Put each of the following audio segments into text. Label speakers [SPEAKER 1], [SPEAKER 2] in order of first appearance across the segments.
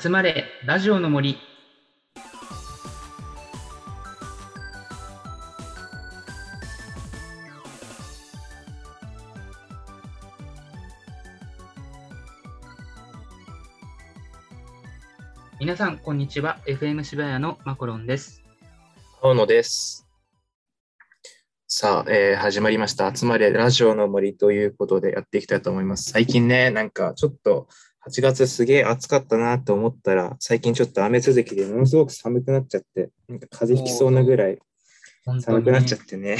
[SPEAKER 1] 集まれラジオの森皆さんこんにちは FM 渋谷のマコロンです
[SPEAKER 2] 青野です。さあ、えー始まりました。集まれラジオの森ということでやっていきたいと思います。最近ね、なんかちょっと8月すげえ暑かったなと思ったら、最近ちょっと雨続きでものすごく寒くなっちゃって、なんか風邪ひきそうなぐらい
[SPEAKER 1] 本
[SPEAKER 2] 寒くなっちゃってね。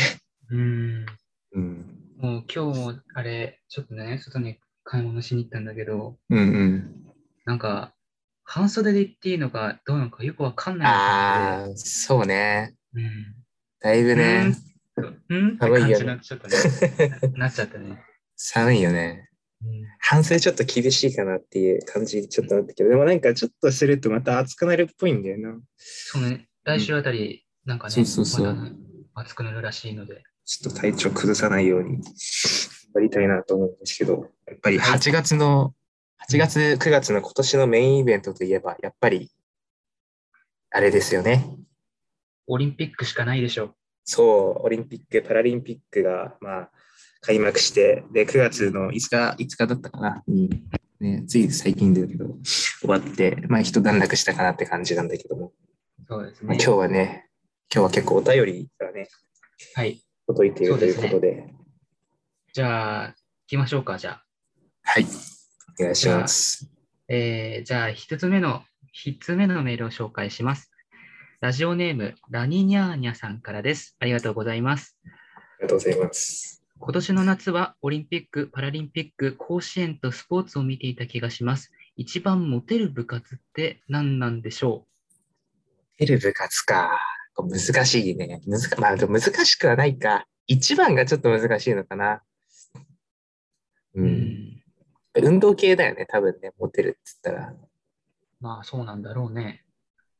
[SPEAKER 1] うん
[SPEAKER 2] うん。
[SPEAKER 1] もう今日もあれちょっとね外に買い物しに行ったんだけど
[SPEAKER 2] うんうん。
[SPEAKER 1] なんか半袖で行っていいのかどうなのかよくわかんない
[SPEAKER 2] あ
[SPEAKER 1] あ
[SPEAKER 2] あ、そうね。
[SPEAKER 1] うん
[SPEAKER 2] だいぶね、
[SPEAKER 1] うんって
[SPEAKER 2] 寒い
[SPEAKER 1] 感
[SPEAKER 2] よね
[SPEAKER 1] じになっちゃったね。 なっちゃったね。
[SPEAKER 2] 寒いよね。
[SPEAKER 1] うん
[SPEAKER 2] 半袖ちょっと厳しいかなっていう感じちょっとあったけど、でもなんかちょっとするとまた暑くなるっぽいんだよな。
[SPEAKER 1] そうね、来週あたり、なんかね、
[SPEAKER 2] そうそうそう
[SPEAKER 1] また暑くなるらしいので。
[SPEAKER 2] ちょっと体調崩さないように頑張りたいなと思うんですけど、やっぱり
[SPEAKER 1] はい
[SPEAKER 2] 8月の、8月、9月の今年のメインイベントといえば、やっぱり、あれですよね。
[SPEAKER 1] オリンピックしかないでしょ
[SPEAKER 2] そう、オリンピック、パラリンピックが、まあ、開幕して、で、9月の5日、5日だったかな、に、ね、つい最近だけど、終わって、まあ、一段落したかなって感じなんだけども、
[SPEAKER 1] う。そうです
[SPEAKER 2] まあ、
[SPEAKER 1] ね。
[SPEAKER 2] 今日はね、今日は結構お便りがね、
[SPEAKER 1] はい。
[SPEAKER 2] 届いているということ
[SPEAKER 1] そう
[SPEAKER 2] で、
[SPEAKER 1] じゃあ、行きましょうか、じゃあ。
[SPEAKER 2] はい、お願いします。
[SPEAKER 1] えーじゃあ、一つ目の、一つ目のメールを紹介します。ラジオネーム、ラニニャーニャさんからです。ありがとうございます。
[SPEAKER 2] ありがとうございます。
[SPEAKER 1] 今年の夏はオリンピック、パラリンピック、甲子園とスポーツを見ていた気がします。一番モテる部活って何なんでしょ
[SPEAKER 2] 出る部活か。これ難しいね。難まあ、でも難しくはないか。一番がちょっと難しいのかな。う
[SPEAKER 1] う、
[SPEAKER 2] ん。運動系だよね、多分ね、モテるって言ったら。
[SPEAKER 1] まあそうなんだろうね。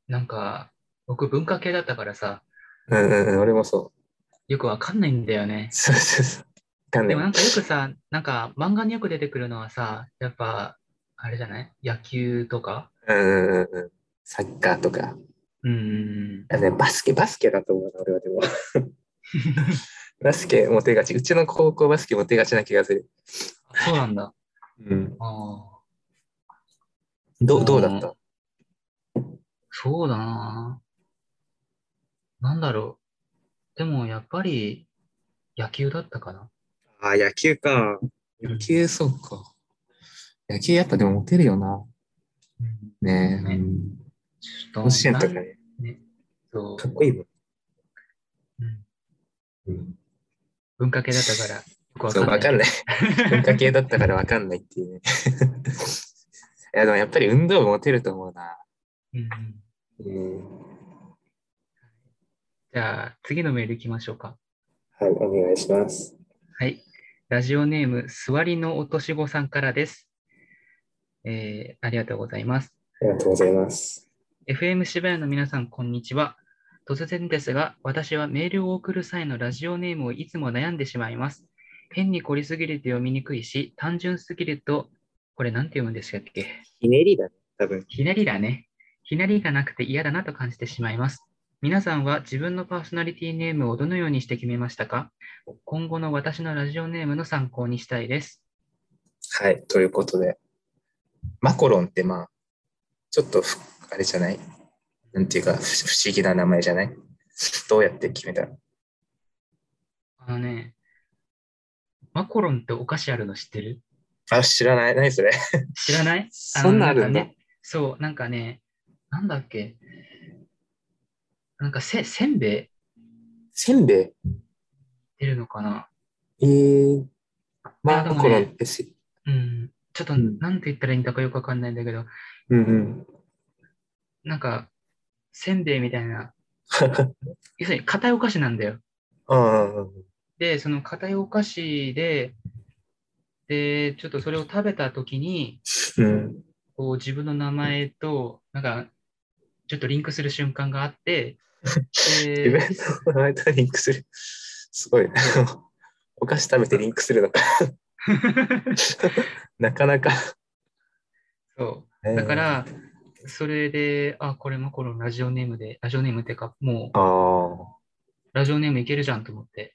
[SPEAKER 1] なんか、僕文化系だったからさ、
[SPEAKER 2] うんうんうん、俺もそう。
[SPEAKER 1] よくわかんないんだよね。
[SPEAKER 2] そうそうそう。わかんな
[SPEAKER 1] で
[SPEAKER 2] い
[SPEAKER 1] もなんかよくさ、なんか漫画によく出てくるのはさ、やっぱ、あれじゃない野球とか
[SPEAKER 2] うんうんうんうん。サッカーとか。
[SPEAKER 1] うん。
[SPEAKER 2] あね、バスケ、バスケだと思うな、俺はで も。バスケモテがち。うちの高校バスケモテがちな気がする。
[SPEAKER 1] そうなんだ。
[SPEAKER 2] うん。
[SPEAKER 1] ああ。
[SPEAKER 2] どうどうだった
[SPEAKER 1] そうだなぁ。なんだろう。でもやっぱり野球だったかな。
[SPEAKER 2] ああ、野球か。野球、そうか。野球やっぱでもモテるよな。ねえ。
[SPEAKER 1] ね
[SPEAKER 2] うん
[SPEAKER 1] ちょっと
[SPEAKER 2] 甲子園とか
[SPEAKER 1] なん
[SPEAKER 2] ね、
[SPEAKER 1] そう
[SPEAKER 2] かっこいいもん。
[SPEAKER 1] うん
[SPEAKER 2] うん、
[SPEAKER 1] 文化系だったからよくわ
[SPEAKER 2] そう、わかん
[SPEAKER 1] ない。
[SPEAKER 2] ない。文化系だったからわかんないって いうね。いや、でもやっぱり運動部モテると思うな。
[SPEAKER 1] うんうん
[SPEAKER 2] うん。
[SPEAKER 1] じゃあ次のメールいきましょうか。
[SPEAKER 2] はい、お願いします。
[SPEAKER 1] はい。ラジオネーム、座りの落とし子さんからです。えーありがとうございます。
[SPEAKER 2] ありがとうございます。
[SPEAKER 1] FM 渋谷の皆さん、こんにちは。突然ですが、私はメールを送る際のラジオネームをいつも悩んでしまいます。変に凝りすぎると読みにくいし、単純すぎると、これなんて読むんでしたっけ
[SPEAKER 2] ひねりだね、多分。
[SPEAKER 1] ひねりだね。ひねりがなくて嫌だなと感じてしまいます。皆さんは自分のパーソナリティネームをどのようにして決めましたか今後の私のラジオネームの参考にしたいです。
[SPEAKER 2] はい、ということで。マコロンってまあ、ちょっとふ、あれじゃないなんていうか、ふ不思議な名前じゃないどうやって決めた
[SPEAKER 1] あのね、マコロンってお菓子あるの知ってる
[SPEAKER 2] あ、知らない。何それ
[SPEAKER 1] 知らないあの
[SPEAKER 2] そんなんあるん
[SPEAKER 1] な
[SPEAKER 2] だ。
[SPEAKER 1] かね。そう、なんかね、なんだっけ。なんかせせんべい
[SPEAKER 2] せんべい
[SPEAKER 1] 出るのかな
[SPEAKER 2] えー、
[SPEAKER 1] まあ
[SPEAKER 2] マ
[SPEAKER 1] でもね
[SPEAKER 2] コロンってせ、
[SPEAKER 1] うん。ちょっと
[SPEAKER 2] うん
[SPEAKER 1] なんて言ったらいいんだかよくわかんないんだけど、
[SPEAKER 2] うん うん。
[SPEAKER 1] なんか、せんべいみたいな、要するに硬いお菓子なんだよ。
[SPEAKER 2] あ
[SPEAKER 1] で、その硬いお菓子で、で、ちょっとそれを食べたときに、
[SPEAKER 2] あ、うん。
[SPEAKER 1] こう自分の名前と、なんか、ちょっとリンクする瞬間があって、
[SPEAKER 2] 自
[SPEAKER 1] で
[SPEAKER 2] 分の名前とリンクする。すごいね。 お菓子食べてリンクするのか。 なかなか。
[SPEAKER 1] そう。だか、ら、それで、あ、これマコロンラジオネームで、ラジオネームってか、もう
[SPEAKER 2] ああ、
[SPEAKER 1] ラジオネームいけるじゃんと思って、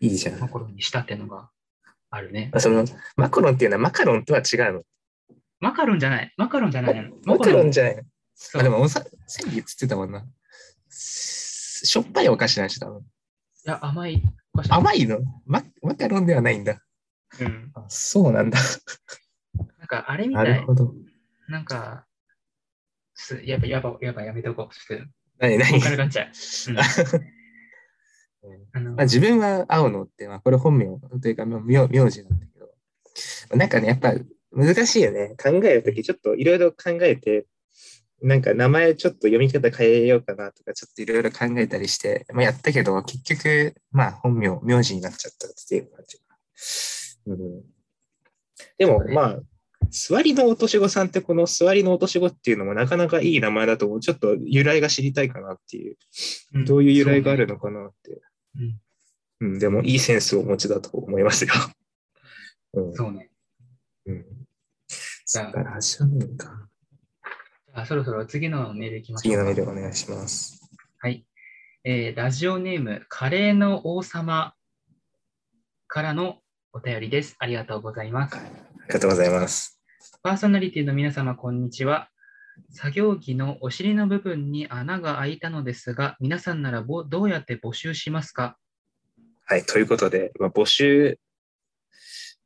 [SPEAKER 2] いいじゃん。
[SPEAKER 1] マコロンにしたってのがあるね。
[SPEAKER 2] あそのマカロンっていうのはマカロンとは違うの。
[SPEAKER 1] マカロンじゃない。マカロンじゃないの。
[SPEAKER 2] マカロンじゃないの。
[SPEAKER 1] そう
[SPEAKER 2] あでもおさ、さっき言ってたもんな。ししょっぱいお菓子なんし、多分。
[SPEAKER 1] いや、甘いお菓子。
[SPEAKER 2] 甘いのママカロンではないんだ。
[SPEAKER 1] うん。
[SPEAKER 2] あそうなんだ。
[SPEAKER 1] なんか、あれみ
[SPEAKER 2] な
[SPEAKER 1] た
[SPEAKER 2] る
[SPEAKER 1] い。
[SPEAKER 2] ほど。
[SPEAKER 1] なんか、すやばい、やばい、やばい、やめとこう。 ちょっ
[SPEAKER 2] 何
[SPEAKER 1] と、ボ
[SPEAKER 2] 何
[SPEAKER 1] ーカルがっちゃう。
[SPEAKER 2] うん
[SPEAKER 1] あの
[SPEAKER 2] まあ、自分は青野って、まあ、これ本名というか、まあ名名字なんだけど、なんかね、やっぱ難しいよね。考えるとき、ちょっといろいろ考えて、なんか名前ちょっと読み方変えようかなとか、ちょっといろいろ考えたりして、まあ、やったけど、結局、まあ、本名、名字になっちゃったっていう感じ。うん、でも、まあ、座りの落とし子さんって、この座りの落とし子っていうのもなかなかいい名前だと思う。ちょっと由来が知りたいかなっていう。
[SPEAKER 1] うん
[SPEAKER 2] どういう由来があるのかなって。
[SPEAKER 1] そうね
[SPEAKER 2] うん、でもいいセンスをお持ちだと思いますよ。うん。
[SPEAKER 1] そうね。
[SPEAKER 2] うん。
[SPEAKER 1] じ
[SPEAKER 2] だ
[SPEAKER 1] ゃあ
[SPEAKER 2] から、シャンか。
[SPEAKER 1] じゃあ、そろそろ次のメールいきましょう。
[SPEAKER 2] 次のメールお願いします。
[SPEAKER 1] はい。えーラジオネーム、カレーの王様からのお便りです。ありがとうございます。
[SPEAKER 2] ありがとうございます。
[SPEAKER 1] パーソナリティの皆様、こんにちは。作業着のお尻の部分に穴が開いたのですが、皆さんならぼどうやって募集しますか
[SPEAKER 2] はい、ということで、まあ、募集、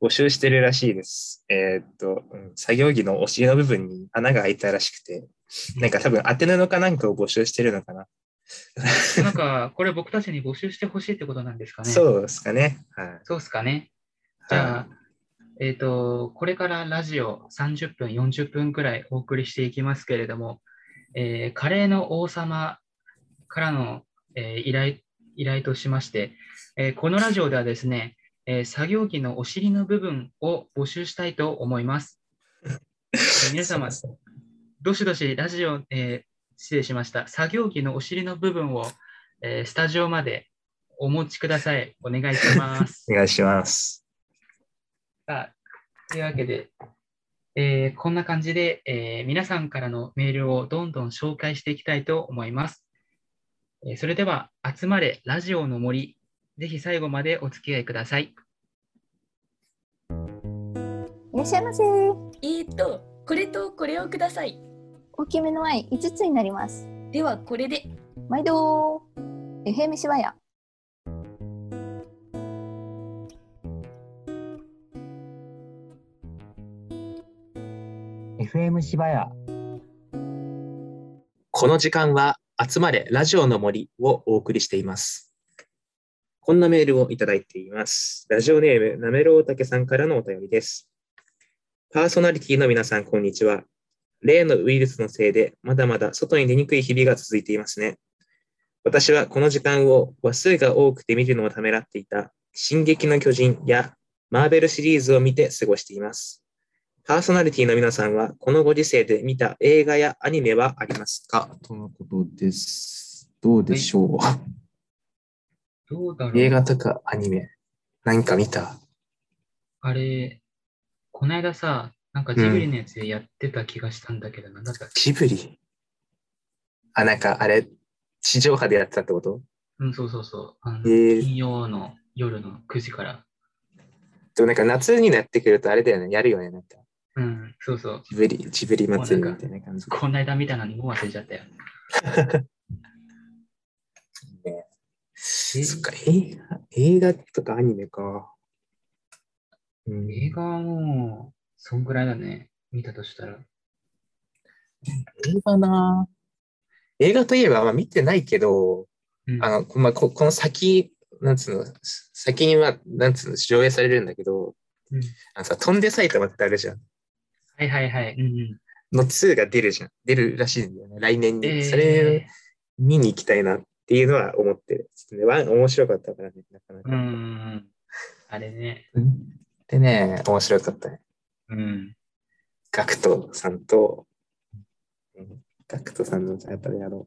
[SPEAKER 2] 募集してるらしいです。えーっと、うん作業着のお尻の部分に穴が開いたらしくて、なんか多分当て布かなんかを募集してるのかな。
[SPEAKER 1] なんか、これ僕たちに募集してほしいってことなんですかね。う。
[SPEAKER 2] そうですかね。はい。
[SPEAKER 1] そうですかね。じゃあ、
[SPEAKER 2] はい
[SPEAKER 1] えっ、と、これからラジオ30分、40分くらいお送りしていきますけれども、えーカレーの王様からの、えー依頼依頼としまして、えーこのラジオではですね、えー作業着のお尻の部分を募集したいと思います。皆様、
[SPEAKER 2] そう
[SPEAKER 1] どしどしラジオ、えー失礼しました。作業着のお尻の部分を、えースタジオまでお持ちください。お願いします
[SPEAKER 2] お。願いします。
[SPEAKER 1] さあ、というわけで、えーこんな感じで、えー皆さんからのメールをどんどん紹介していきたいと思います。えーそれでは、集まれラジオの森、ぜひ最後までお付き合いください。
[SPEAKER 3] いらっしゃいませ。
[SPEAKER 4] えーと、これとこれをください。
[SPEAKER 3] 大きめのワイン5つになります。
[SPEAKER 4] ではこれで。
[SPEAKER 3] 毎度。えへめしわや。
[SPEAKER 2] FM 芝谷この時間は集まれラジオの森をお送りしていますこんなメールをいただいていますラジオネームなめろうたけさんからのお便りですパーソナリティの皆さんこんにちは例のウイルスのせいでまだまだ外に出にくい日々が続いていますね私はこの時間を話数が多くて見るのをためらっていた進撃の巨人やマーベルシリーズを見て過ごしていますパーソナリティの皆さんは、このご時世で見た映画やアニメはありますかとのことです。どうでしょう、
[SPEAKER 1] どうだろう
[SPEAKER 2] 映画とかアニメ、何か見た
[SPEAKER 1] あれ、こないださ、なんかジブリのやつでやってた気がしたんだけど、なんだったっけ
[SPEAKER 2] ジブリあ、なんかあれ、地上波でやってたってこと
[SPEAKER 1] うん、そうそうそう。あの
[SPEAKER 2] えー
[SPEAKER 1] 金曜の夜の9時から。
[SPEAKER 2] でもなんか夏になってくるとあれだよね、やるよね、なんか。
[SPEAKER 1] うん、そうそう。
[SPEAKER 2] ジブリ、ジブリ祭りみたいな感じ。
[SPEAKER 1] こないだ見たのにもう忘れちゃったよ。
[SPEAKER 2] ねそっか、映画、映画とかアニメか。うん
[SPEAKER 1] 映画はもう、そんぐらいだね。見たとしたら。
[SPEAKER 2] 映画な映画といえば、まあ、見てないけど、
[SPEAKER 1] うん
[SPEAKER 2] あの、こまあ、ここの先、なんつうの、先には、なんつうの、上映されるんだけど、
[SPEAKER 1] うん
[SPEAKER 2] あのさ、飛んで埼玉ってあるじゃん。
[SPEAKER 1] はいはいはい。うんうん、
[SPEAKER 2] の2が出るじゃん。出るらしいんだよね、来年に。
[SPEAKER 1] えー
[SPEAKER 2] それ、見に行きたいなっていうのは思ってる。ちょっとねワン、面白かったからね、なか
[SPEAKER 1] う
[SPEAKER 2] な
[SPEAKER 1] んう
[SPEAKER 2] か。
[SPEAKER 1] ん。あれね。
[SPEAKER 2] でね、面白かったね。
[SPEAKER 1] うん。
[SPEAKER 2] ガクトさんと、うんガクトさんの、やっぱりあの、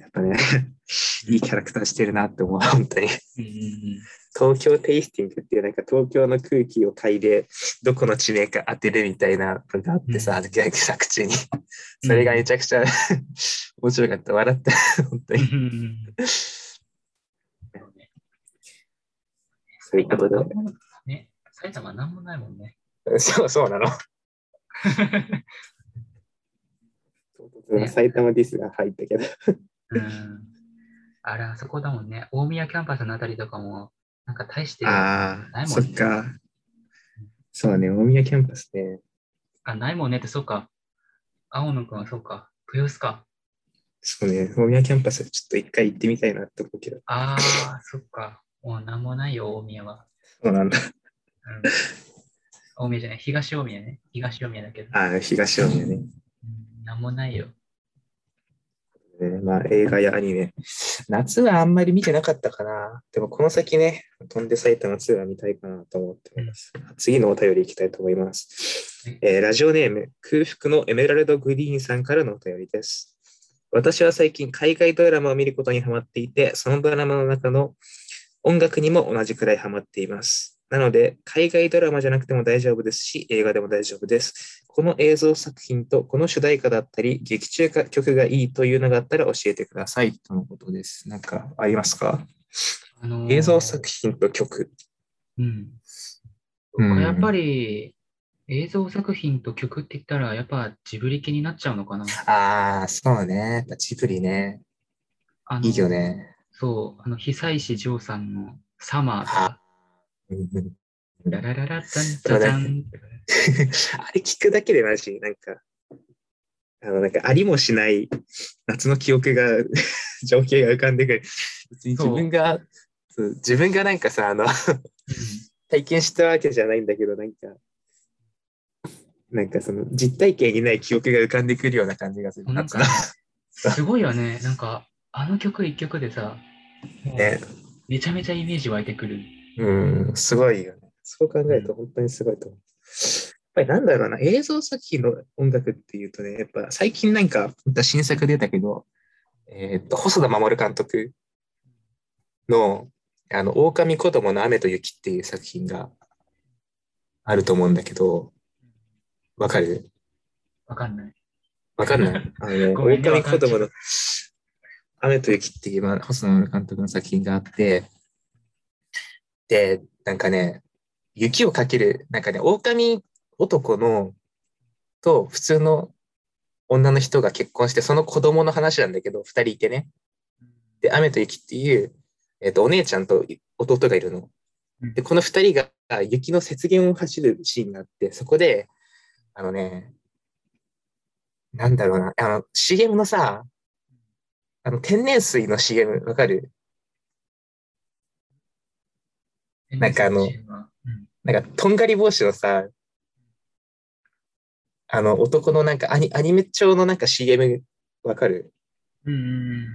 [SPEAKER 2] やっぱね、 いいキャラクターしてるなって思う、本当に。
[SPEAKER 1] うんうんうん
[SPEAKER 2] 東京テイスティングっていうなんか東京の空気を嗅いでどこの地名か当てるみたいなのがあってさ、逆中に。それがめちゃく ちゃ面白かった。笑った。本当に。
[SPEAKER 1] うんうんうん
[SPEAKER 2] そういうことで。
[SPEAKER 1] ね、埼玉なんもないもんね。
[SPEAKER 2] そう、そうなの。
[SPEAKER 1] ね
[SPEAKER 2] 埼玉ディスが入ったけど。
[SPEAKER 1] うん。 あれ、あそこだもんね。大宮キャンパスのあたりとかも、なんか大して、あ
[SPEAKER 2] あ
[SPEAKER 1] ないも
[SPEAKER 2] あ、
[SPEAKER 1] ん
[SPEAKER 2] そ
[SPEAKER 1] ね
[SPEAKER 2] っか。そうね、大宮キャンパスね。
[SPEAKER 1] ないもんねって、そうか。青野くんはそうか。豊洲か。
[SPEAKER 2] そうね、大宮キャンパスちょっと一回行ってみたいなって思うけど。
[SPEAKER 1] あ あ、そっか。もうなんもないよ、大宮は。
[SPEAKER 2] そうなん だ。
[SPEAKER 1] うん、大宮じゃない、東大宮ね。東大宮だけど。
[SPEAKER 2] ああ、東大宮ね。
[SPEAKER 1] うん、なんもないよ。
[SPEAKER 2] ねまあ、映画やアニメ。夏はあんまり見てなかったかな。でもこの先ね、飛んで埼玉2は見たいかなと思ってます。次のお便りいきたいと思います
[SPEAKER 1] はい。
[SPEAKER 2] えーラジオネーム、空腹のエメラルドグリーンさんからのお便りです。私は最近海外ドラマを見ることにハマっていて、そのドラマの中の音楽にも同じくらいハマっています。なので、海外ドラマじゃなくても大丈夫ですし、映画でも大丈夫です。この映像作品とこの主題歌だったり、劇中歌曲がいいというのがあったら教えてくださいとのことです。なんかありますか
[SPEAKER 1] あのー
[SPEAKER 2] 映像作品と曲。
[SPEAKER 1] うん。
[SPEAKER 2] うん
[SPEAKER 1] やっぱり映像作品と曲って言ったら、やっぱジブリ系になっちゃうのかな。
[SPEAKER 2] ああ、そうね。やっぱジブリね。
[SPEAKER 1] あの
[SPEAKER 2] いいよ。ね。
[SPEAKER 1] そう、あの、久石譲さんのサマーとか、
[SPEAKER 2] うんうん
[SPEAKER 1] ララララダンダダンとかね
[SPEAKER 2] あれ聞くだけでマジ、なんか、あの、なんかありもしない夏の記憶が、 情景が浮かんでくる。別に自分が、そう自分がなんかさ、あの、体験したわけじゃないんだけど、なんか、なんかその実体験にない記憶が浮かんでくるような感じがする
[SPEAKER 1] う。ん、なんか、すごいよね。なんか、あの曲一曲でさ、もう
[SPEAKER 2] ね、
[SPEAKER 1] めちゃめちゃイメージ湧いてくる。
[SPEAKER 2] うん、すごいよね。そう考えると本当にすごいと思う。やっぱりなんだろうな、映像作品の音楽っていうとね、やっぱ最近なんか、また新作出たけど、えーっと、細田守監督の、あの、狼子供の雨と雪っていう作品があると思うんだけど、わかる
[SPEAKER 1] わかんない。
[SPEAKER 2] わか んない。あのね、
[SPEAKER 1] ごめんね
[SPEAKER 2] 狼子供の雨と雪っていう、まあ、細野監督の作品があって、で、なんかね、雪をかける、なんかね、狼男の、と普通の女の人が結婚して、その子供の話なんだけど、二人いてね。で、雨と雪っていう、えっ、と、お姉ちゃんと弟がいるの。で、この二人が雪の雪原を走るシーンがあって、そこで、あのね、なんだろうな、あの、CM のさ、あの、天然水の CM、わかるなんかあの
[SPEAKER 1] うん
[SPEAKER 2] なんか、とんがり帽子のさ、あの、男のなんかアニ、アニメ調のなんか CM、わかる
[SPEAKER 1] うんうんうん。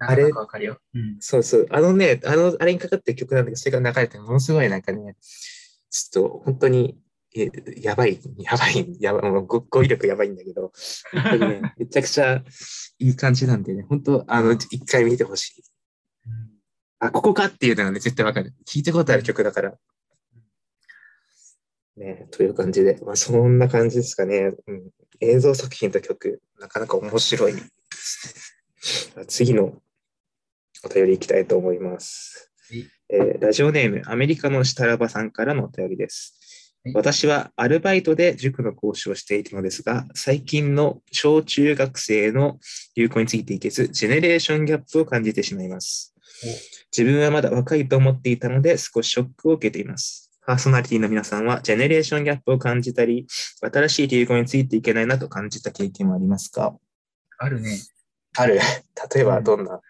[SPEAKER 2] あ
[SPEAKER 1] あ
[SPEAKER 2] れ
[SPEAKER 1] れわかるよ。うん。
[SPEAKER 2] そうそう。あのね、あの、あれにかかってる曲なんだけど、それが流れてものすごいなんかね、ちょっと本当に、えやばい、やばい、やばい、もう語語彙力やばいんだけど、本当にね、めちゃくちゃいい感じなんでね、本当、あの、一回見てほしい。
[SPEAKER 1] うん
[SPEAKER 2] あ、ここかっていうのがね、絶対わかる。聞いたことある曲だから。ね、という感じで、まあ、そんな感じですかね。うん、映像作品と曲、なかなか面白い。 次のお便りいきたいと思います
[SPEAKER 1] はい。
[SPEAKER 2] えーラジオネーム、アメリカのしたらばさんからのお便りです。
[SPEAKER 1] はい
[SPEAKER 2] 私はアルバイトで塾の講師をしていたのですが、最近の小中学生の流行についていけず、ジェネレーションギャップを感じてしまいます
[SPEAKER 1] お。
[SPEAKER 2] 自分はまだ若いと思っていたので、少しショックを受けています。パーソナリティの皆さんは、ジェネレーションギャップを感じたり、新しい流行についていけないなと感じた経験はありますか
[SPEAKER 1] あるね。
[SPEAKER 2] ある。例えばどんな、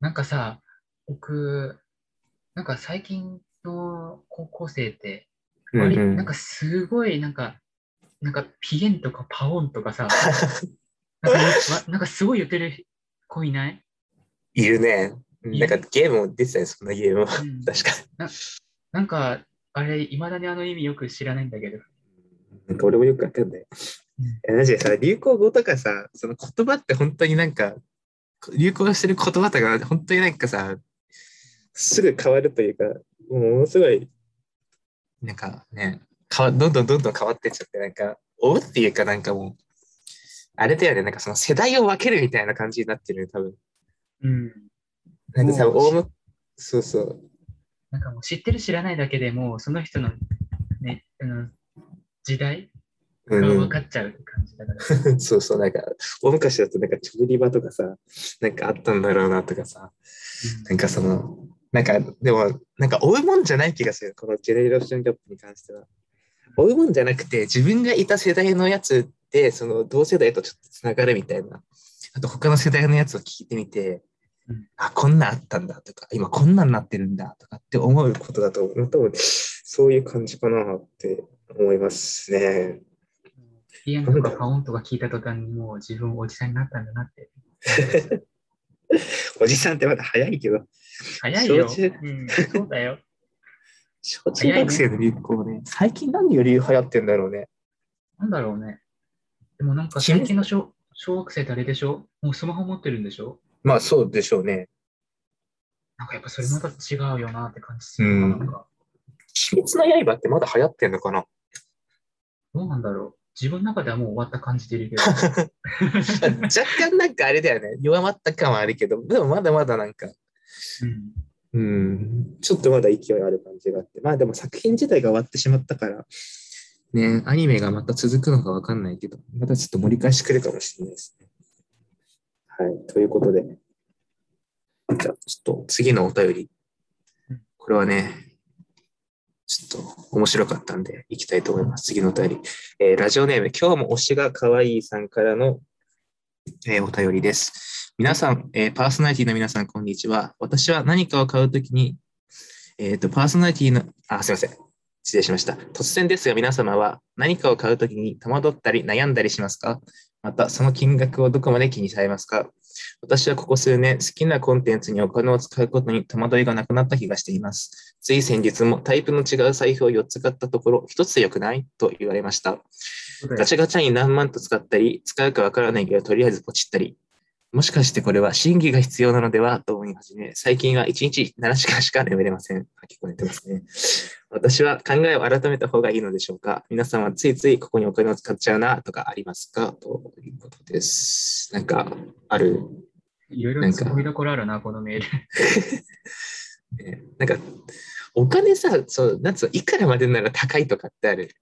[SPEAKER 1] なんかさ、僕、なんか最近の高校生って、割
[SPEAKER 2] うんうん
[SPEAKER 1] なんかすごい、なんか、なんかピエンとかパオンと かさ、なんかよわなんかすごい言ってる子いない、
[SPEAKER 2] いるね。
[SPEAKER 1] い
[SPEAKER 2] な
[SPEAKER 1] る
[SPEAKER 2] んかゲームも出てたよ、そんなゲームも。確
[SPEAKER 1] うん
[SPEAKER 2] か
[SPEAKER 1] なんか、あれ、いまだにあの意味よく知らないんだけど、
[SPEAKER 2] に。なんか俺もよくわかんない。えマジでさ、流行語とかさ、その言葉って本当になんか、流行してる言葉とか、本当になんかさ、すぐ変わるというか、もうものすごい、なんかね、変わどんどんどんどん変わってっちゃって、なんか、おうっていうかなんかもう、あれだよね、なんかその世代を分けるみたいな感じになってるよね、多分。
[SPEAKER 1] うん。
[SPEAKER 2] なんかさ、
[SPEAKER 1] もう
[SPEAKER 2] 大む、そうそう、
[SPEAKER 1] なんかもう知ってる知らないだけでもうその人のね、あの時代
[SPEAKER 2] う
[SPEAKER 1] が
[SPEAKER 2] ん
[SPEAKER 1] 分かっちゃう感じだから。
[SPEAKER 2] そうそう、なんか、大昔だとなんか、ちょぶり場とかさ、なんかあったんだろうなとかさ、なんかその、なんか、でも、なんか追うもんじゃない気がする、このジェネレーションギャップに関しては。追うもんじゃなくて、自分がいた世代のやつで、その同世代とちょっとつながるみたいな。あと、他の世代のやつを聞いてみて
[SPEAKER 1] うん、
[SPEAKER 2] あ、こんなんあったんだとか、今こんなんなってるんだとかって思うことだと思う。多分そういう感じかなって思いますね。
[SPEAKER 1] ピアノとかパオンとか聞いた途端にもう自分おじさんになったんだなって。
[SPEAKER 2] おじさんってまだ早いけど、
[SPEAKER 1] 早いよ。
[SPEAKER 2] 承知
[SPEAKER 1] うん、そうだよ。
[SPEAKER 2] 小中学生の流行ね、最近何より流行ってんだろうね。
[SPEAKER 1] なんだろうね。でもなんか最近の小小学生ってあれでしょもうスマホ持ってるんでしょ
[SPEAKER 2] まあそうでしょうね。
[SPEAKER 1] なんかやっぱそれまた違うよなって感じするな。
[SPEAKER 2] うん
[SPEAKER 1] なんか
[SPEAKER 2] 鬼滅の刃ってまだ流行ってんのかな
[SPEAKER 1] どうなんだろう。自分の中ではもう終わった感じでいる けど。
[SPEAKER 2] 若干なんかあれだよね。弱まった感はあるけど、でもまだまだなんか、
[SPEAKER 1] うん
[SPEAKER 2] うん、ちょっとまだ勢いある感じがあって。まあでも作品自体が終わってしまったから、ね、アニメがまた続くのかわかんないけど、またちょっと盛り返してくるかもしれないですね。はい、ということで。じゃあ、ちょっと次のお便り
[SPEAKER 1] うん。
[SPEAKER 2] これはね、ちょっと面白かったんで、いきたいと思います。次のお便り。えーラジオネーム、今日も推しが可愛いさんからの、えーお便りです。皆さん、えーパーソナリティの皆さん、こんにちは。私は何かを買うときに、えっ、と、パーソナリティの、あ、すいません。失礼しました。突然ですが、皆様は何かを買うときに戸惑ったり悩んだりしますかまた、その金額をどこまで気にされますか私はここ数年、好きなコンテンツにお金を使うことに戸惑いがなくなった気がしています。つい先日もタイプの違う財布を4つ買ったところ、1つで良くないと言われました。ガチャガチャに何万と使ったり、使うかわからないけど、とりあえずポチったり。もしかしてこれは審議が必要なのではと思い始め、最近は1日7時間しか眠れません。あ結構寝てますね。私は考えを改めた方がいいのでしょうか皆さんはついついここにお金を使っちゃうなとかありますかということです。なんか、ある、
[SPEAKER 1] いろいろ突っ込みどころあるな、このメール。
[SPEAKER 2] ねなんか、お金さ、そう、なんつうの、いくらまでなら高いとかってある。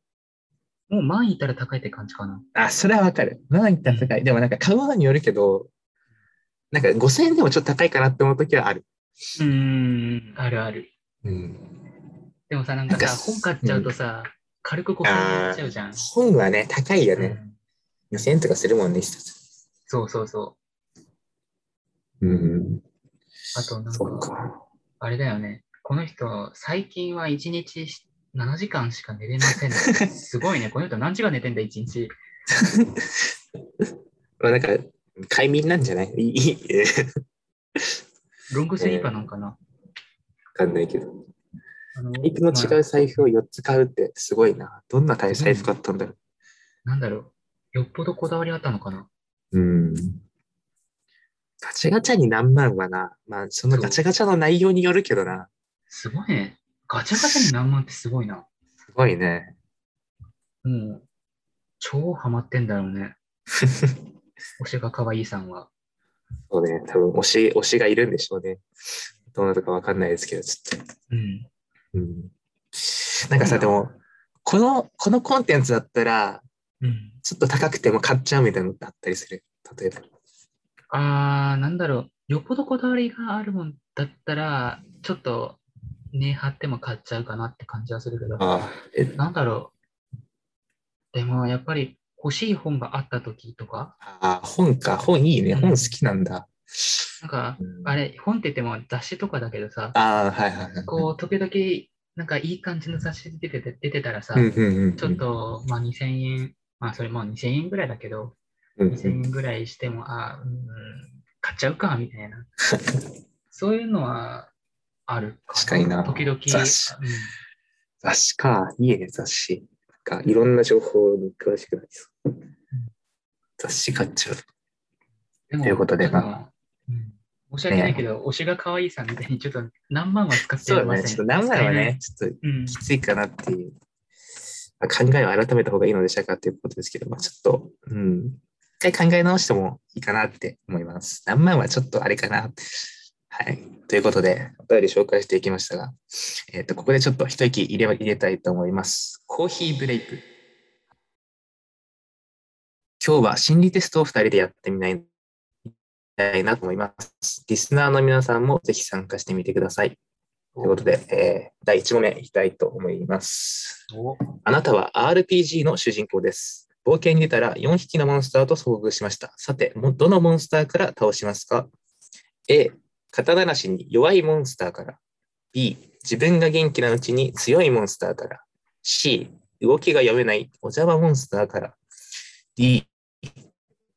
[SPEAKER 1] もう万いたら高いって感じかな。
[SPEAKER 2] あ、それはわかる。7いったら高い。でもなんか買うものによるけど、なんか5000円でもちょっと高いかなって思うときはある。
[SPEAKER 1] うーん、あるある。
[SPEAKER 2] うん。
[SPEAKER 1] でもさ、なんか
[SPEAKER 2] な
[SPEAKER 1] さ、
[SPEAKER 2] んか
[SPEAKER 1] 本買っちゃうとさ、軽く5000円いっちゃうじゃん。
[SPEAKER 2] 本はね、高いよ
[SPEAKER 1] う
[SPEAKER 2] ね。
[SPEAKER 1] ん
[SPEAKER 2] 2000円とかするもんね、一冊。
[SPEAKER 1] そうそうそ
[SPEAKER 2] うん。
[SPEAKER 1] う。あとなん
[SPEAKER 2] そっ
[SPEAKER 1] か、
[SPEAKER 2] か。
[SPEAKER 1] あれだよね。この人、最近は1日7時間しか寝れません、ね。すご いね。この人何時間寝てんだ、1日。
[SPEAKER 2] まあなんか、快眠なんじゃないいいいい
[SPEAKER 1] ロングスリーパーなんかな。
[SPEAKER 2] わかんないけど。
[SPEAKER 1] あの
[SPEAKER 2] タイプの違う
[SPEAKER 1] ま
[SPEAKER 2] 財布を4つ買うってすごいな。どんな財布買ったんだろ
[SPEAKER 1] あなんだろう。よっぽどこだわりあったのかな。
[SPEAKER 2] う。うん。ガチャガチャに何万はな。まあ、そのガチャガチャの内容によるけどな。
[SPEAKER 1] すごいね。ガチャガチャに何万ってすごいな。
[SPEAKER 2] すごいね。
[SPEAKER 1] もう、超ハマってんだろう ね。推しが可愛いさんは。
[SPEAKER 2] そうね。多分推し、推しがいるんでしょうね。どうなるかわかんないですけど、ちょっと。
[SPEAKER 1] うん。
[SPEAKER 2] うんなんかさ、でも、この、このコンテンツだったら、
[SPEAKER 1] うん。
[SPEAKER 2] ちょっと高くても買っちゃうみたいなのってあったりする。例えば。
[SPEAKER 1] あー、なんだろう。よっぽどこだわりがあるもんだったら、ちょっと、ね、貼っても買っちゃうかなって感じはするけど、
[SPEAKER 2] あえ
[SPEAKER 1] なんだろう。でも、やっぱり欲しい本があった時とか、
[SPEAKER 2] あ、本か。本いいね。本好きなんだ。
[SPEAKER 1] なんか、
[SPEAKER 2] うん
[SPEAKER 1] あれ、本って言っても雑誌とかだけどさ、
[SPEAKER 2] ああ、はいはいはい。
[SPEAKER 1] こう、時々、なんかいい感じの雑誌で出てて出てたらさ、
[SPEAKER 2] うんうんうんうん、
[SPEAKER 1] ちょっと、まあ、2000円、まあ、それも2000円ぐらいだけど、
[SPEAKER 2] うんうん、
[SPEAKER 1] 2000円ぐらいしても、あーうん、買っちゃうか、みたい な。そういうのはあるか
[SPEAKER 2] 確かにな
[SPEAKER 1] 時々。
[SPEAKER 2] 雑誌
[SPEAKER 1] うん
[SPEAKER 2] 雑誌か。いいね、雑誌。かいろんな情報に詳しくなりそう。雑誌買っちゃう。
[SPEAKER 1] でも
[SPEAKER 2] ということで
[SPEAKER 1] なんかうん申し訳ないけど、推しが可愛いさんみたいに、ちょっと何万は使って
[SPEAKER 2] そう
[SPEAKER 1] や
[SPEAKER 2] だ
[SPEAKER 1] りません。
[SPEAKER 2] ね。ちょっと何枚はね、ちょっと
[SPEAKER 1] 使えない。
[SPEAKER 2] きついかなっていう。まあ考えを改めた方がいいのでしたかっていうことですけど、まあ、ちょっと、うん、一回考え直してもいいかなって思います。何万はちょっとあれかな。はい。ということで、お便り紹介していきましたが、えっ、と、ここでちょっと一息入れ入れたいと思います。コーヒーブレイク。今日は心理テストを二人でやってみないたいなと思います。リスナーの皆さんもぜひ参加してみてください。ということで、えー第1問目いきたいと思います。
[SPEAKER 1] お
[SPEAKER 2] あなたは RPG の主人公です。冒険に出たら4匹のモンスターと遭遇しました。さて、もどのモンスターから倒しますか ?A、刀なしに弱いモンスターから。B、自分が元気なうちに強いモンスターから。C、動きが読めないお邪魔モンスターから。D、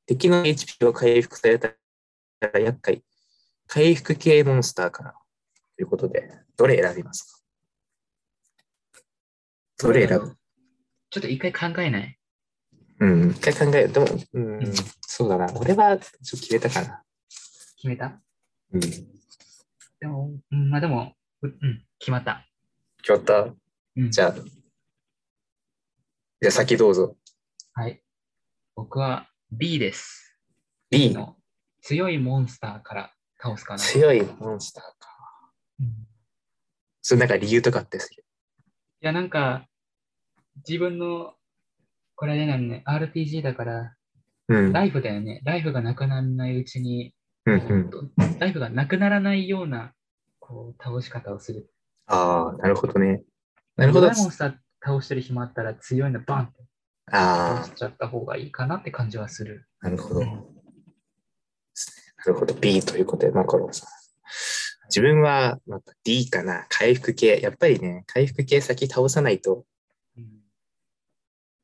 [SPEAKER 2] 敵の HP を回復されたら厄介。回復系モンスターから。ということで、どれ選びますかどれ選ぶ
[SPEAKER 1] ちょっと一回考えない。
[SPEAKER 2] うん、一回考え、でも、うん、
[SPEAKER 1] うん
[SPEAKER 2] そうだな。俺は、ちょっと決めたかな。
[SPEAKER 1] 決めた
[SPEAKER 2] うん。決
[SPEAKER 1] でも、うん、まあでも、ううん、決まった。
[SPEAKER 2] まった。
[SPEAKER 1] うん、
[SPEAKER 2] じゃあ、じゃあ先どうぞ。
[SPEAKER 1] はい。僕は B です。
[SPEAKER 2] B の
[SPEAKER 1] の強いモンスターから倒すかな。
[SPEAKER 2] 強いモンスターか。
[SPEAKER 1] うんい
[SPEAKER 2] それなんか理由とかあってする。
[SPEAKER 1] や、なんか、自分の、これあれだよね、RPG だから、
[SPEAKER 2] うん。
[SPEAKER 1] ライフだよね。ライフがなくならないうちに、
[SPEAKER 2] うんう。
[SPEAKER 1] こうんライフがなくならないような、こう、倒し方をする。
[SPEAKER 2] ああ、なるほどね。なるほど。
[SPEAKER 1] 弱いモンスター倒してる暇あったら強いのバンって倒
[SPEAKER 2] ああ
[SPEAKER 1] し、ちゃった方がいいかなって感じはする。
[SPEAKER 2] なるほど。ですねなるほど。B ということで、マコロンさん。自分は、また D かな。回復系。やっぱりね、回復系先倒さないと、
[SPEAKER 1] うん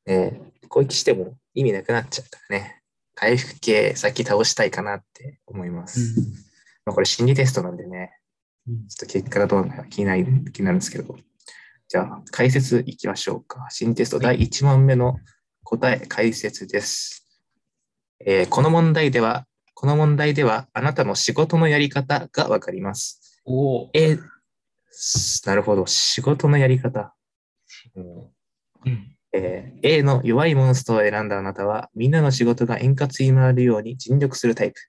[SPEAKER 2] ね、攻撃しても意味なくなっちゃうからね。回復系先倒したいかなって思います。まあ、これ心理テストなんでね、
[SPEAKER 1] うん
[SPEAKER 2] ちょっと結果がどうなるか気になる気になるんですけど。じゃあ、解説いきましょうか。心理テスト
[SPEAKER 1] は
[SPEAKER 2] 第1問目の答え、解説です。えーこの問題では、この問題では、あなたの仕事のやり方がわかります。
[SPEAKER 1] おお。
[SPEAKER 2] えーすなるほど、仕事のやり方。うん
[SPEAKER 1] うん。
[SPEAKER 2] えー A の弱いモンスターを選んだあなたは、みんなの仕事が円滑に回るように尽力するタイプ。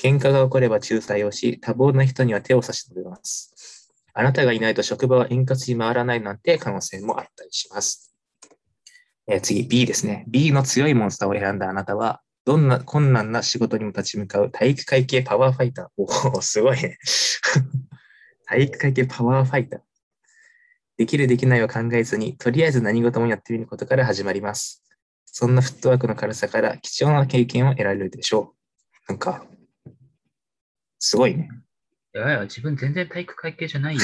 [SPEAKER 2] 喧嘩が起これば仲裁をし、多忙な人には手を差し伸べます。あなたがいないと職場は円滑に回らないなんて可能性もあったりします。えー次、B ですね。B の強いモンスターを選んだあなたは、どんな困難な仕事にも立ち向かう体育会系パワーファイター。おお、すごいね。 体育会系パワーファイター。できるできないを考えずに、とりあえず何事もやってみることから始まります。そんなフットワークの軽さから貴重な経験を得られるでしょう。なんか、すごいね。
[SPEAKER 1] いやいや、自分全然体育会系じゃないよ。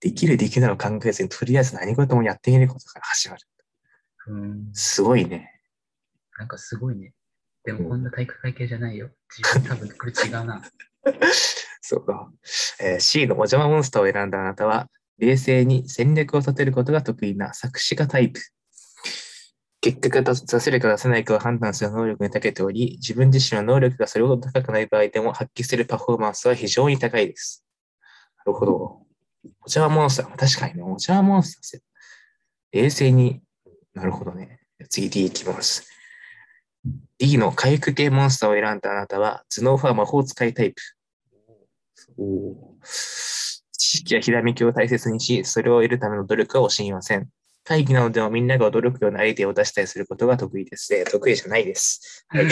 [SPEAKER 2] できるできないを考えずに、とりあえず何事もやってみることから始まる。
[SPEAKER 1] うん。
[SPEAKER 2] すごいね。
[SPEAKER 1] なんかすごいね。でもこんな体育会系じゃないよ。自分多分これ違う な。
[SPEAKER 2] そうか。えー C のお邪魔モンスターを選んだあなたは、冷静に戦略を立てることが得意な作詞家タイプ。結果が出出せるか出せないかを判断する能力に長けており、自分自身は能力がそれほど高くない場合でも発揮するパフォーマンスは非常に高いです。なるほど。お茶碗モンスター、確かにね、お茶碗モンスターですよ冷静に、なるほどね。次 D いきます。D の回復系モンスターを選んだあなたは、頭脳派魔法使いタイプ。おー知識やひらめきを大切にし、それを得るための努力は惜しみません。会議などでもみんなが驚くようなアイデアを出したりすることが得意です。えー得意じゃないです。はい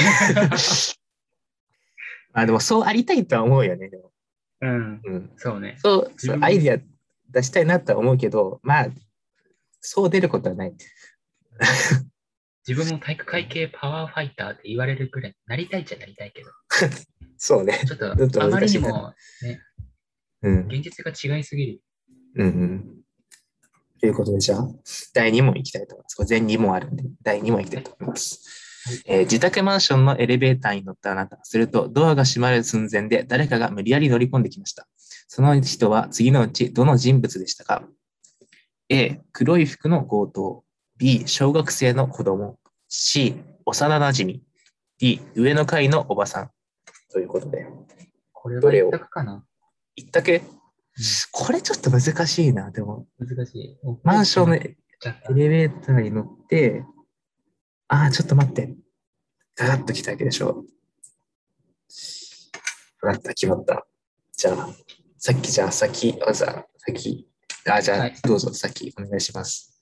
[SPEAKER 2] まあでもそうありたいとは思うよね。でも
[SPEAKER 1] うん。
[SPEAKER 2] うん、
[SPEAKER 1] そうね。
[SPEAKER 2] そう
[SPEAKER 1] 自
[SPEAKER 2] そ
[SPEAKER 1] 分
[SPEAKER 2] う
[SPEAKER 1] も
[SPEAKER 2] アイデア出したいなとは思うけど、まあ、そう出ることはない。
[SPEAKER 1] 自分も体育会系パワーファイターって言われるくらい、なりたいっちゃなりたいけど、
[SPEAKER 2] そうね。
[SPEAKER 1] ちょ
[SPEAKER 2] ちょっ
[SPEAKER 1] っ
[SPEAKER 2] と
[SPEAKER 1] とあまり
[SPEAKER 2] 難し
[SPEAKER 1] に
[SPEAKER 2] いな
[SPEAKER 1] も
[SPEAKER 2] うん。
[SPEAKER 1] 現実が違いすぎる。
[SPEAKER 2] うんうん。ということで、じゃあ、第2問いきたいと思います。これ全2問あるんで、第2問いきたいと思います。えー自宅マンションのエレベーターに乗ったあなた、するとドアが閉まる寸前で誰かが無理やり乗り込んできました。その人は次のうちどの人物でしたか A、黒い服の強盗。B、小学生の子供。C、幼馴染。D、上の階のおばさん。ということで。
[SPEAKER 1] これ
[SPEAKER 2] ど
[SPEAKER 1] は
[SPEAKER 2] れを
[SPEAKER 1] 一択かな、
[SPEAKER 2] 一択これちょっと難しいな、でも。
[SPEAKER 1] うん難しい。
[SPEAKER 2] マンションのエ
[SPEAKER 1] ちゃった。
[SPEAKER 2] レベーターに乗って、ああ、ちょっと待って。ガラッと来たわけでしょ。わかった、決まった。じゃあ、さっきじゃあ、先、あ、じゃあ、先。あ、じゃ
[SPEAKER 1] は
[SPEAKER 2] あ
[SPEAKER 1] い、
[SPEAKER 2] どうぞ、先、お願いします。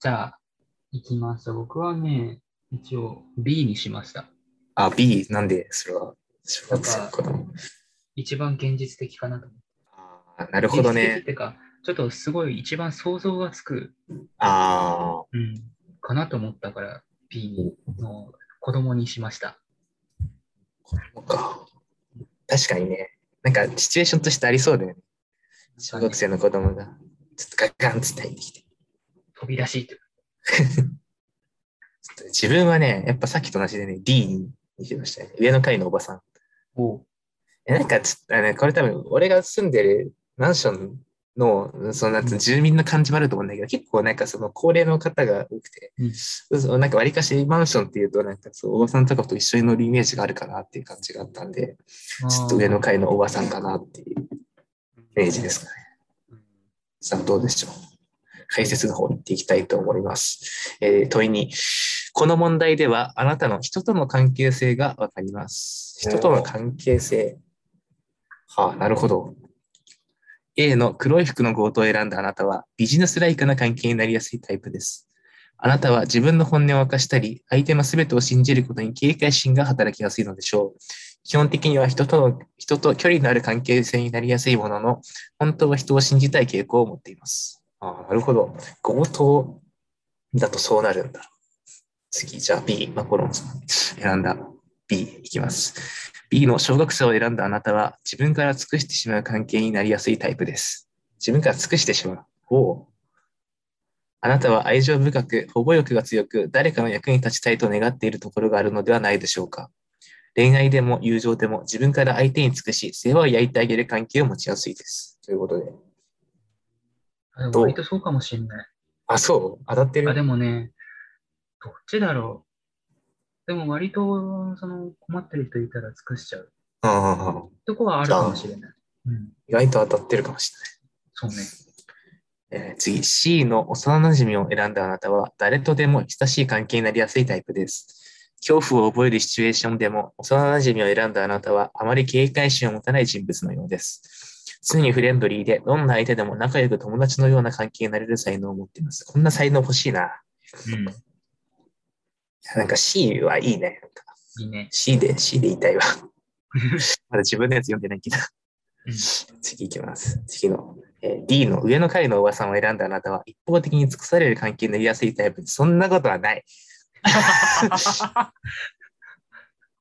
[SPEAKER 1] じゃあ、いきます。僕はね、一応 B にしました。
[SPEAKER 2] あ、B、なんで、それは、小学生の子供。
[SPEAKER 1] 一番現実的かなと思って。
[SPEAKER 2] あーなるほど
[SPEAKER 1] 現実的っ
[SPEAKER 2] ね。
[SPEAKER 1] ていうか、ちょっとすごい一番想像がつく、
[SPEAKER 2] ああ、
[SPEAKER 1] うん、かなと思ったから B の子供にしました。
[SPEAKER 2] そうか。確かにね。なんか、シチュエーションとしてありそうだよね。小学生の子供が、ちょっとガッガンつって入ってきて。
[SPEAKER 1] 飛び出しという。
[SPEAKER 2] 自分はね、やっぱさっきと同じでね、D にしましたね。上の階のおばさん。
[SPEAKER 1] お
[SPEAKER 2] えなんかちょっと、あのね、これ多分、俺が住んでるマンションの、そのなんつうの住民の感じもあると思うんだけど、結構なんかその高齢の方が多くて、
[SPEAKER 1] うん
[SPEAKER 2] そうなんか割かしマンションっていうと、なんかそう、おばさんとかと一緒に乗るイメージがあるかなっていう感じがあったんで、ちょっと上の階のおばさんかなっていうイメージですかね。さあ、どうでしょう。解説の方に行っていきたいと思います。えー問いに、この問題では、あなたの人との関係性がわかります。人との関係性。はあ、なるほど。A の黒い服の強盗を選んだあなたは、ビジネスライクな関係になりやすいタイプです。あなたは自分の本音を明かしたり、相手の全てを信じることに警戒心が働きやすいのでしょう。基本的には人との、人と距離のある関係性になりやすいものの、本当は人を信じたい傾向を持っています。ああ、なるほど。強盗だとそうなるんだ。次、じゃあ B、マコロンさん。選んだ B いきます。B の小学生を選んだあなたは自分から尽くしてしまう関係になりやすいタイプです。自分から尽くしてしまう。おおあなたは愛情深く、保護欲が強く、誰かの役に立ちたいと願っているところがあるのではないでしょうか。恋愛でも友情でも自分から相手に尽くし、世話を焼いてあげる関係を持ちやすいです。ということで。
[SPEAKER 1] あでも
[SPEAKER 2] どう
[SPEAKER 1] 割とそうかもしれない。
[SPEAKER 2] あ、そう当たって
[SPEAKER 1] あで
[SPEAKER 2] る
[SPEAKER 1] もね、どっちだろう。でも割とその困ってる人いたら尽くしちゃう。
[SPEAKER 2] ああ、
[SPEAKER 1] とこはあるかもしれない。うん、
[SPEAKER 2] 意外と当たってるかもし
[SPEAKER 1] そうね。
[SPEAKER 2] れない。えー次、C の幼馴染を選んだあなたは、誰とでも親しい関係になりやすいタイプです。恐怖を覚えるシチュエーションでも、幼馴染を選んだあなたは、あまり警戒心を持たない人物のようです。常にフレンドリーで、どんな相手でも仲良く友達のような関係になれる才能を持っています。こんな才能欲しいな。なんか C はいいね。なんか
[SPEAKER 1] うん、いいね。
[SPEAKER 2] C で、C で言いたいわ。 まだ自分のやつ読んでないけど
[SPEAKER 1] うん。
[SPEAKER 2] 次いきます。次の、えー D の上の階のおばさんを選んだあなたは一方的に尽くされる関係になりやすいタイプですそんなことは ない。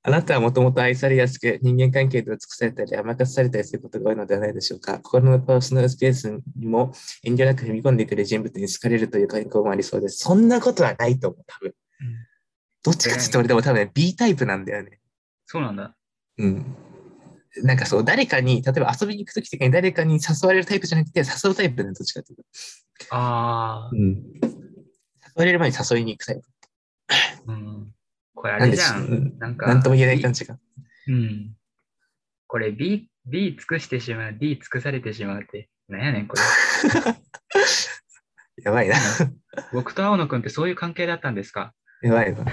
[SPEAKER 2] あなたはもともと愛されやすく、人間関係で尽くされたり、甘かされたりすることが多いのではないでしょうか。心のパーソナルスペースにも遠慮なく踏み込んでくる人物に好かれるという傾向もありそうです。そんなことはないと思う、多分。
[SPEAKER 1] うん
[SPEAKER 2] どっちかって言って俺でも多分ね B タイプなんだよね。
[SPEAKER 1] そうなんだ。
[SPEAKER 2] うん。なんかそう、誰かに、例えば遊びに行くときとかに誰かに誘われるタイプじゃなくて、誘うタイプね、どっちかっていうと。
[SPEAKER 1] あ
[SPEAKER 2] うん。誘われる前に誘いに行くタイプ。
[SPEAKER 1] あ、うん。これあれじゃ
[SPEAKER 2] なんでし
[SPEAKER 1] ん。なんか、
[SPEAKER 2] なんとも言えない感じが。
[SPEAKER 1] うん。これ B、B 尽くしてしまう、D 尽くされてしまうって、なんやね ん、これ。
[SPEAKER 2] やばいな。
[SPEAKER 1] 僕と青野くんってそういう関係だったんですか
[SPEAKER 2] やばい な。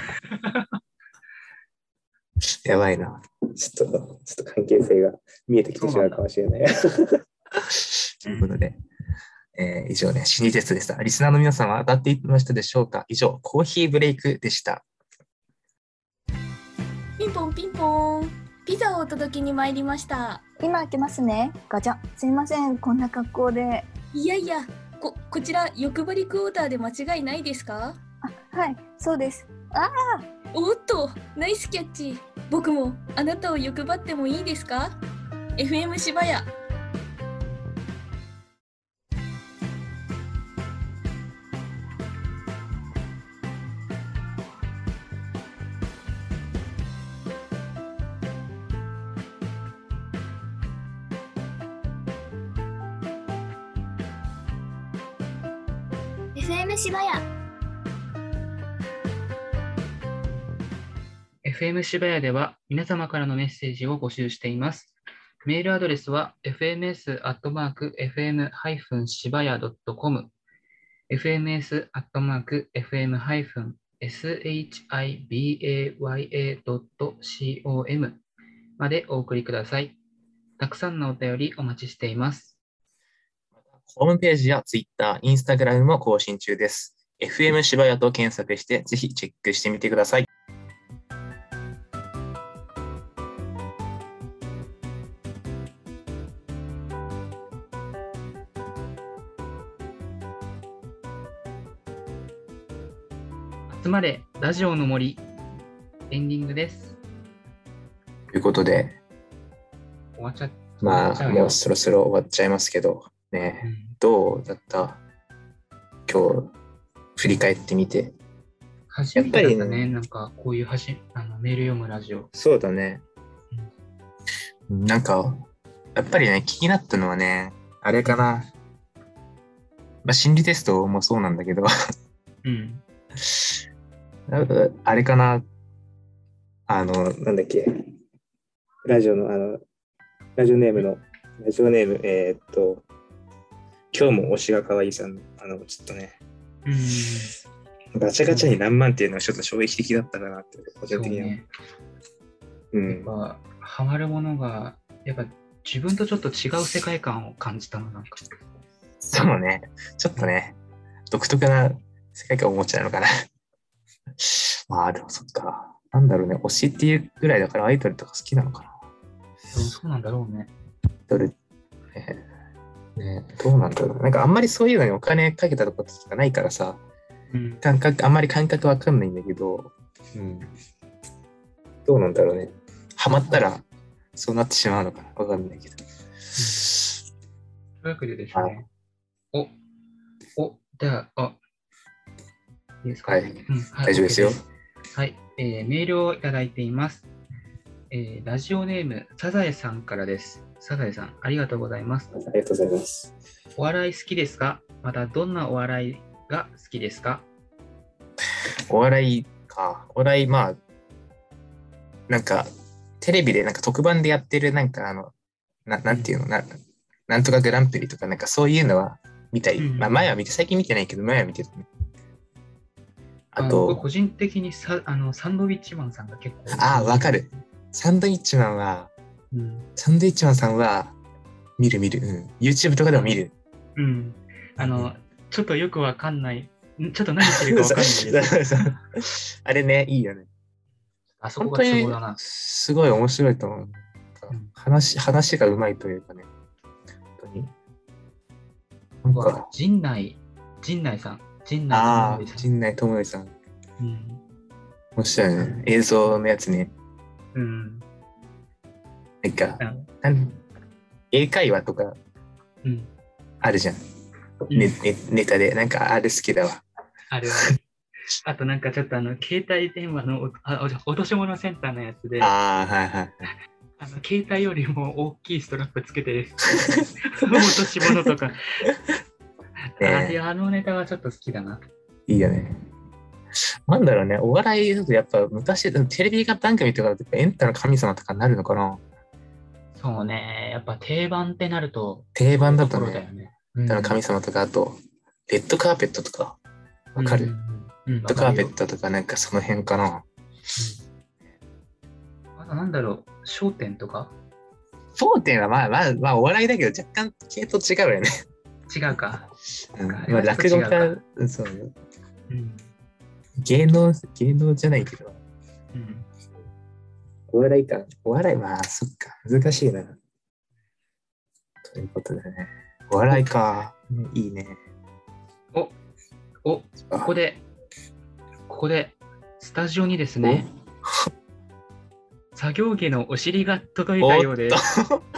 [SPEAKER 2] やばいな。ちょっと、ちょっと関係性が見えてきてしまうかもしれない。 ということで、えー以上ね、心理テストでした。リスナーの皆さんは当たっていましたでしょうか以上、コーヒーブレイクでした。
[SPEAKER 4] ピンポンピンポン。ピザをお届けに参りました。
[SPEAKER 3] 今開けますね。ガチャ。すいません。こんな格好で。
[SPEAKER 4] いやいや、ここちら欲張りクォーターで間違いないですか？
[SPEAKER 3] はい、そうです。
[SPEAKER 4] おっと、ナイスキャッチ。僕もあなたを欲張ってもいいですか？FM 渋谷。
[SPEAKER 5] FM 渋谷
[SPEAKER 1] FM 渋谷では皆様からのメッセージを募集しています。メールアドレスは fms.fm-shibaya.com fms.fm-shibaya.com までお送りください。たくさんのお便りお待ちしています。
[SPEAKER 2] ホームページや Twitter、Instagram も更新中です。FM 渋谷と検索して、ぜひチェックしてみてください。
[SPEAKER 1] 集まれ、ラジオの森。エンディングです。
[SPEAKER 2] ということで、
[SPEAKER 1] 終わっちゃっ
[SPEAKER 2] ま
[SPEAKER 1] 終わっちゃ
[SPEAKER 2] あ、
[SPEAKER 1] うよ
[SPEAKER 2] もうそろそろ終わっちゃいますけど、
[SPEAKER 1] た。う
[SPEAKER 2] ね、
[SPEAKER 1] ん
[SPEAKER 2] どうだった今日、振り返ってみて。
[SPEAKER 1] 初めてだった
[SPEAKER 2] やっぱ
[SPEAKER 1] ね、
[SPEAKER 2] り
[SPEAKER 1] なんかこういうはしあのメール読むラジオ。
[SPEAKER 2] そうだね。なんか、やっぱりね、気になったのはね、あれかな。まあ、心理テストもそうなんだけど、
[SPEAKER 1] うん。
[SPEAKER 2] あれかな。あの、なんだっけ。ラジオの、あの、ラジオネームの、ラジオネーム、えーっと、今日も推しが可愛いさんの、あの、ちょっとね、
[SPEAKER 1] うん。
[SPEAKER 2] ガチャガチャに何万っていうのはちょっと衝撃的だったかなって、
[SPEAKER 1] そ
[SPEAKER 2] 個人
[SPEAKER 1] う
[SPEAKER 2] 的には。
[SPEAKER 1] ね。
[SPEAKER 2] う
[SPEAKER 1] やっ
[SPEAKER 2] ん。
[SPEAKER 1] ぱ、ハマるものが、やっぱ自分とちょっと違う世界観を感じたの、なんか。
[SPEAKER 2] そうね。ちょっとね、独特な世界観を持っちゃうのかな。 まあ、でもそっか。なんだろうね、推しっていうぐらいだからアイドルとか好きなのかな。
[SPEAKER 1] そうそうなんだろうね。
[SPEAKER 2] どれ、ねね、どうなんだろう。なんかあんまりそういうのにお金かけたとことかないからさ、
[SPEAKER 1] うん。
[SPEAKER 2] 感覚、あんまり感覚わかんないんだけど、うん。どうなんだろうね。ハマったら、そうなってしまうのかな。わかんないけど。
[SPEAKER 1] というわけでですね。お、お、じゃあ、あ、いいですか、
[SPEAKER 2] はい
[SPEAKER 1] うんはい
[SPEAKER 2] 大丈夫ですよ
[SPEAKER 1] OK はい、えーメールをいただいています。えーラジオネーム、サザエさんからです。サザエさん、ありがとうございます。
[SPEAKER 2] ありがとうございます。
[SPEAKER 1] お笑い好きですかまたどんなお笑いが好きですか
[SPEAKER 2] お笑いか。お笑い、まあ、なんか、テレビでなんか特番でやってる、なんかあの、ななんていうのな、なんとかグランプリとか、なんかそういうのは見たり、
[SPEAKER 1] うん
[SPEAKER 2] まあ前は見て、最近見てないけど、前は見てたね。あ
[SPEAKER 1] の僕
[SPEAKER 2] と、
[SPEAKER 1] 個人的にさあのサンドウィッチマンさんが結構。
[SPEAKER 2] ああ、わかる。サンドイッチマンは、
[SPEAKER 1] うん。
[SPEAKER 2] サンドイッチマンさんは、見る見る、うん。YouTube とかでも見る。
[SPEAKER 1] うん。あ
[SPEAKER 2] う
[SPEAKER 1] の
[SPEAKER 2] ん、
[SPEAKER 1] ちょっとよくわかんない。んちょっと何してるかわかんないですけど。
[SPEAKER 2] そうそうあれね、いいよね。
[SPEAKER 1] あそこ
[SPEAKER 2] 本
[SPEAKER 1] が
[SPEAKER 2] 当
[SPEAKER 1] 都
[SPEAKER 2] に
[SPEAKER 1] 合だな。
[SPEAKER 2] すごい面白いと思う。
[SPEAKER 1] うん
[SPEAKER 2] 話話がうまいというかね。本当に。
[SPEAKER 1] 僕
[SPEAKER 2] なん
[SPEAKER 1] は
[SPEAKER 2] か、
[SPEAKER 1] 陣内、陣内さん。陣内
[SPEAKER 2] あ
[SPEAKER 1] さ
[SPEAKER 2] あ、
[SPEAKER 1] ん。
[SPEAKER 2] 陣内智則さん。
[SPEAKER 1] うん。
[SPEAKER 2] 面白いね。映像のやつね。
[SPEAKER 1] うん。
[SPEAKER 2] なんか
[SPEAKER 1] う、ん
[SPEAKER 2] なん英会話とか
[SPEAKER 1] うん。
[SPEAKER 2] あるじゃん。
[SPEAKER 1] うん
[SPEAKER 2] ねねネタで。なんか、あれ好きだわ。
[SPEAKER 1] あるある。あとなんかちょっとあの、携帯電話のおあお落とし物センターのやつで、あ
[SPEAKER 2] ああ、はいはい。
[SPEAKER 1] の携帯よりも大きいストラップつけてる。その落とし物とか。あ
[SPEAKER 2] ね
[SPEAKER 1] れあのネタはちょっと好きだな。
[SPEAKER 2] いいよね。なんだろうね、お笑いだとやっぱ昔、テレビ番組とかだとやっぱエンタの神様とかになるのかな
[SPEAKER 1] そうね。やっぱ定番ってなると、
[SPEAKER 2] 定番だと
[SPEAKER 1] ころだよ
[SPEAKER 2] ね、
[SPEAKER 1] ね。
[SPEAKER 2] エンタの神様とか、あと、レッドカーペットとか、わかる、レ
[SPEAKER 1] うん。うん
[SPEAKER 2] ッドカーペ
[SPEAKER 1] わ
[SPEAKER 2] ットとかなんかその辺かな。
[SPEAKER 1] かるよあとなんだろう、焦点とか
[SPEAKER 2] 焦点はまあまあ、まあ、お笑いだけど若干系と違うよね。
[SPEAKER 1] 違うか。
[SPEAKER 2] うん
[SPEAKER 1] あ
[SPEAKER 2] まあ、
[SPEAKER 1] れはち
[SPEAKER 2] 落
[SPEAKER 1] ょ
[SPEAKER 2] 語
[SPEAKER 1] っと違うか
[SPEAKER 2] 家、うんそう
[SPEAKER 1] うん。
[SPEAKER 2] 芸能、芸能じゃないけど、
[SPEAKER 1] うん、
[SPEAKER 2] お笑いか。お笑い、まあ、そっか、難しいな。ということでね、お笑いか。うんいいね。
[SPEAKER 1] お、こ
[SPEAKER 2] こ
[SPEAKER 1] こで、ここで、スタジオにですね、作業着のお尻が届いたようで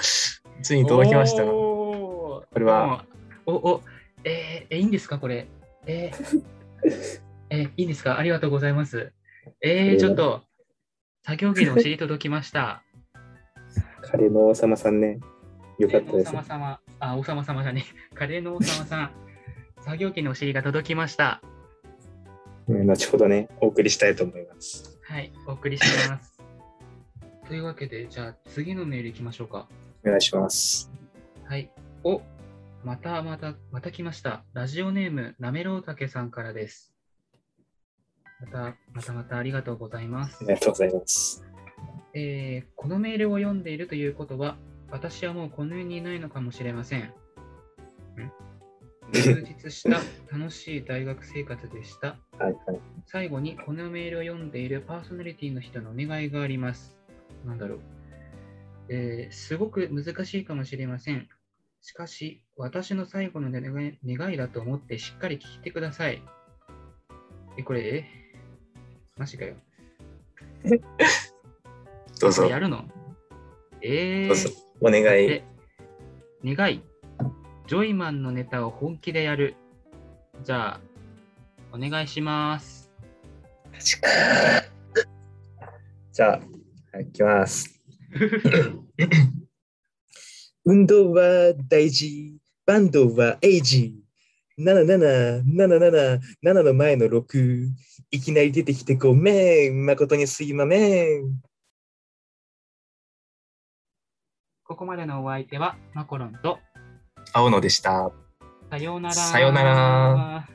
[SPEAKER 1] す。
[SPEAKER 2] ついに届きました。こ
[SPEAKER 1] おー
[SPEAKER 2] れは、
[SPEAKER 1] おお、えーえいいんですか、これ。え ーえーいいんですか、ありがとうございます。えー、ちょっと、作業着のお尻届きました。
[SPEAKER 2] カレーの王様さんね。よ
[SPEAKER 1] カレーの王様様、あ、王様様じゃねえ、カレーの王様さん、作業着のお尻が届きました。
[SPEAKER 2] うん後ほどね、お送りしたいと思います。
[SPEAKER 1] はい、お送りしてます。というわけで、じゃあ次のメールいきましょうか。
[SPEAKER 2] お願いします。
[SPEAKER 1] はい。お、またまた、また来ました。ラジオネーム、なめろうたけさんからです。また、またまたありがとうございます
[SPEAKER 2] あり。がとうございます。
[SPEAKER 1] えーこのメールを読んでいるということは、私はもうこの世にいないのかもしれません。ん充実した楽しい大学生活でした。
[SPEAKER 2] はいはい。
[SPEAKER 1] 最後にこのメールを読んでいるパーソナリティの人のお願いがあります。なんだろう、えーすごく難しいかもしれません。しかし、私の最後の願い願いだと思ってしっかり聞いてください。え、これ、えマジかよ。
[SPEAKER 2] どう
[SPEAKER 1] こ
[SPEAKER 2] ぞ
[SPEAKER 1] れ、やるのえ
[SPEAKER 2] どうぞ
[SPEAKER 1] ー、。
[SPEAKER 2] お願い。
[SPEAKER 1] で願い。ジョイマンのネタを本気でやる。じゃあ、お願いします。
[SPEAKER 2] じゃあ、いきます。運動は大事、バンドはエイジ。77777の前の6。いきなり出てきてごめん。誠にすいまめん。
[SPEAKER 1] ここまでのお相手は、マコロンと、
[SPEAKER 2] 青野でした。
[SPEAKER 1] さようなら。
[SPEAKER 2] さようなら。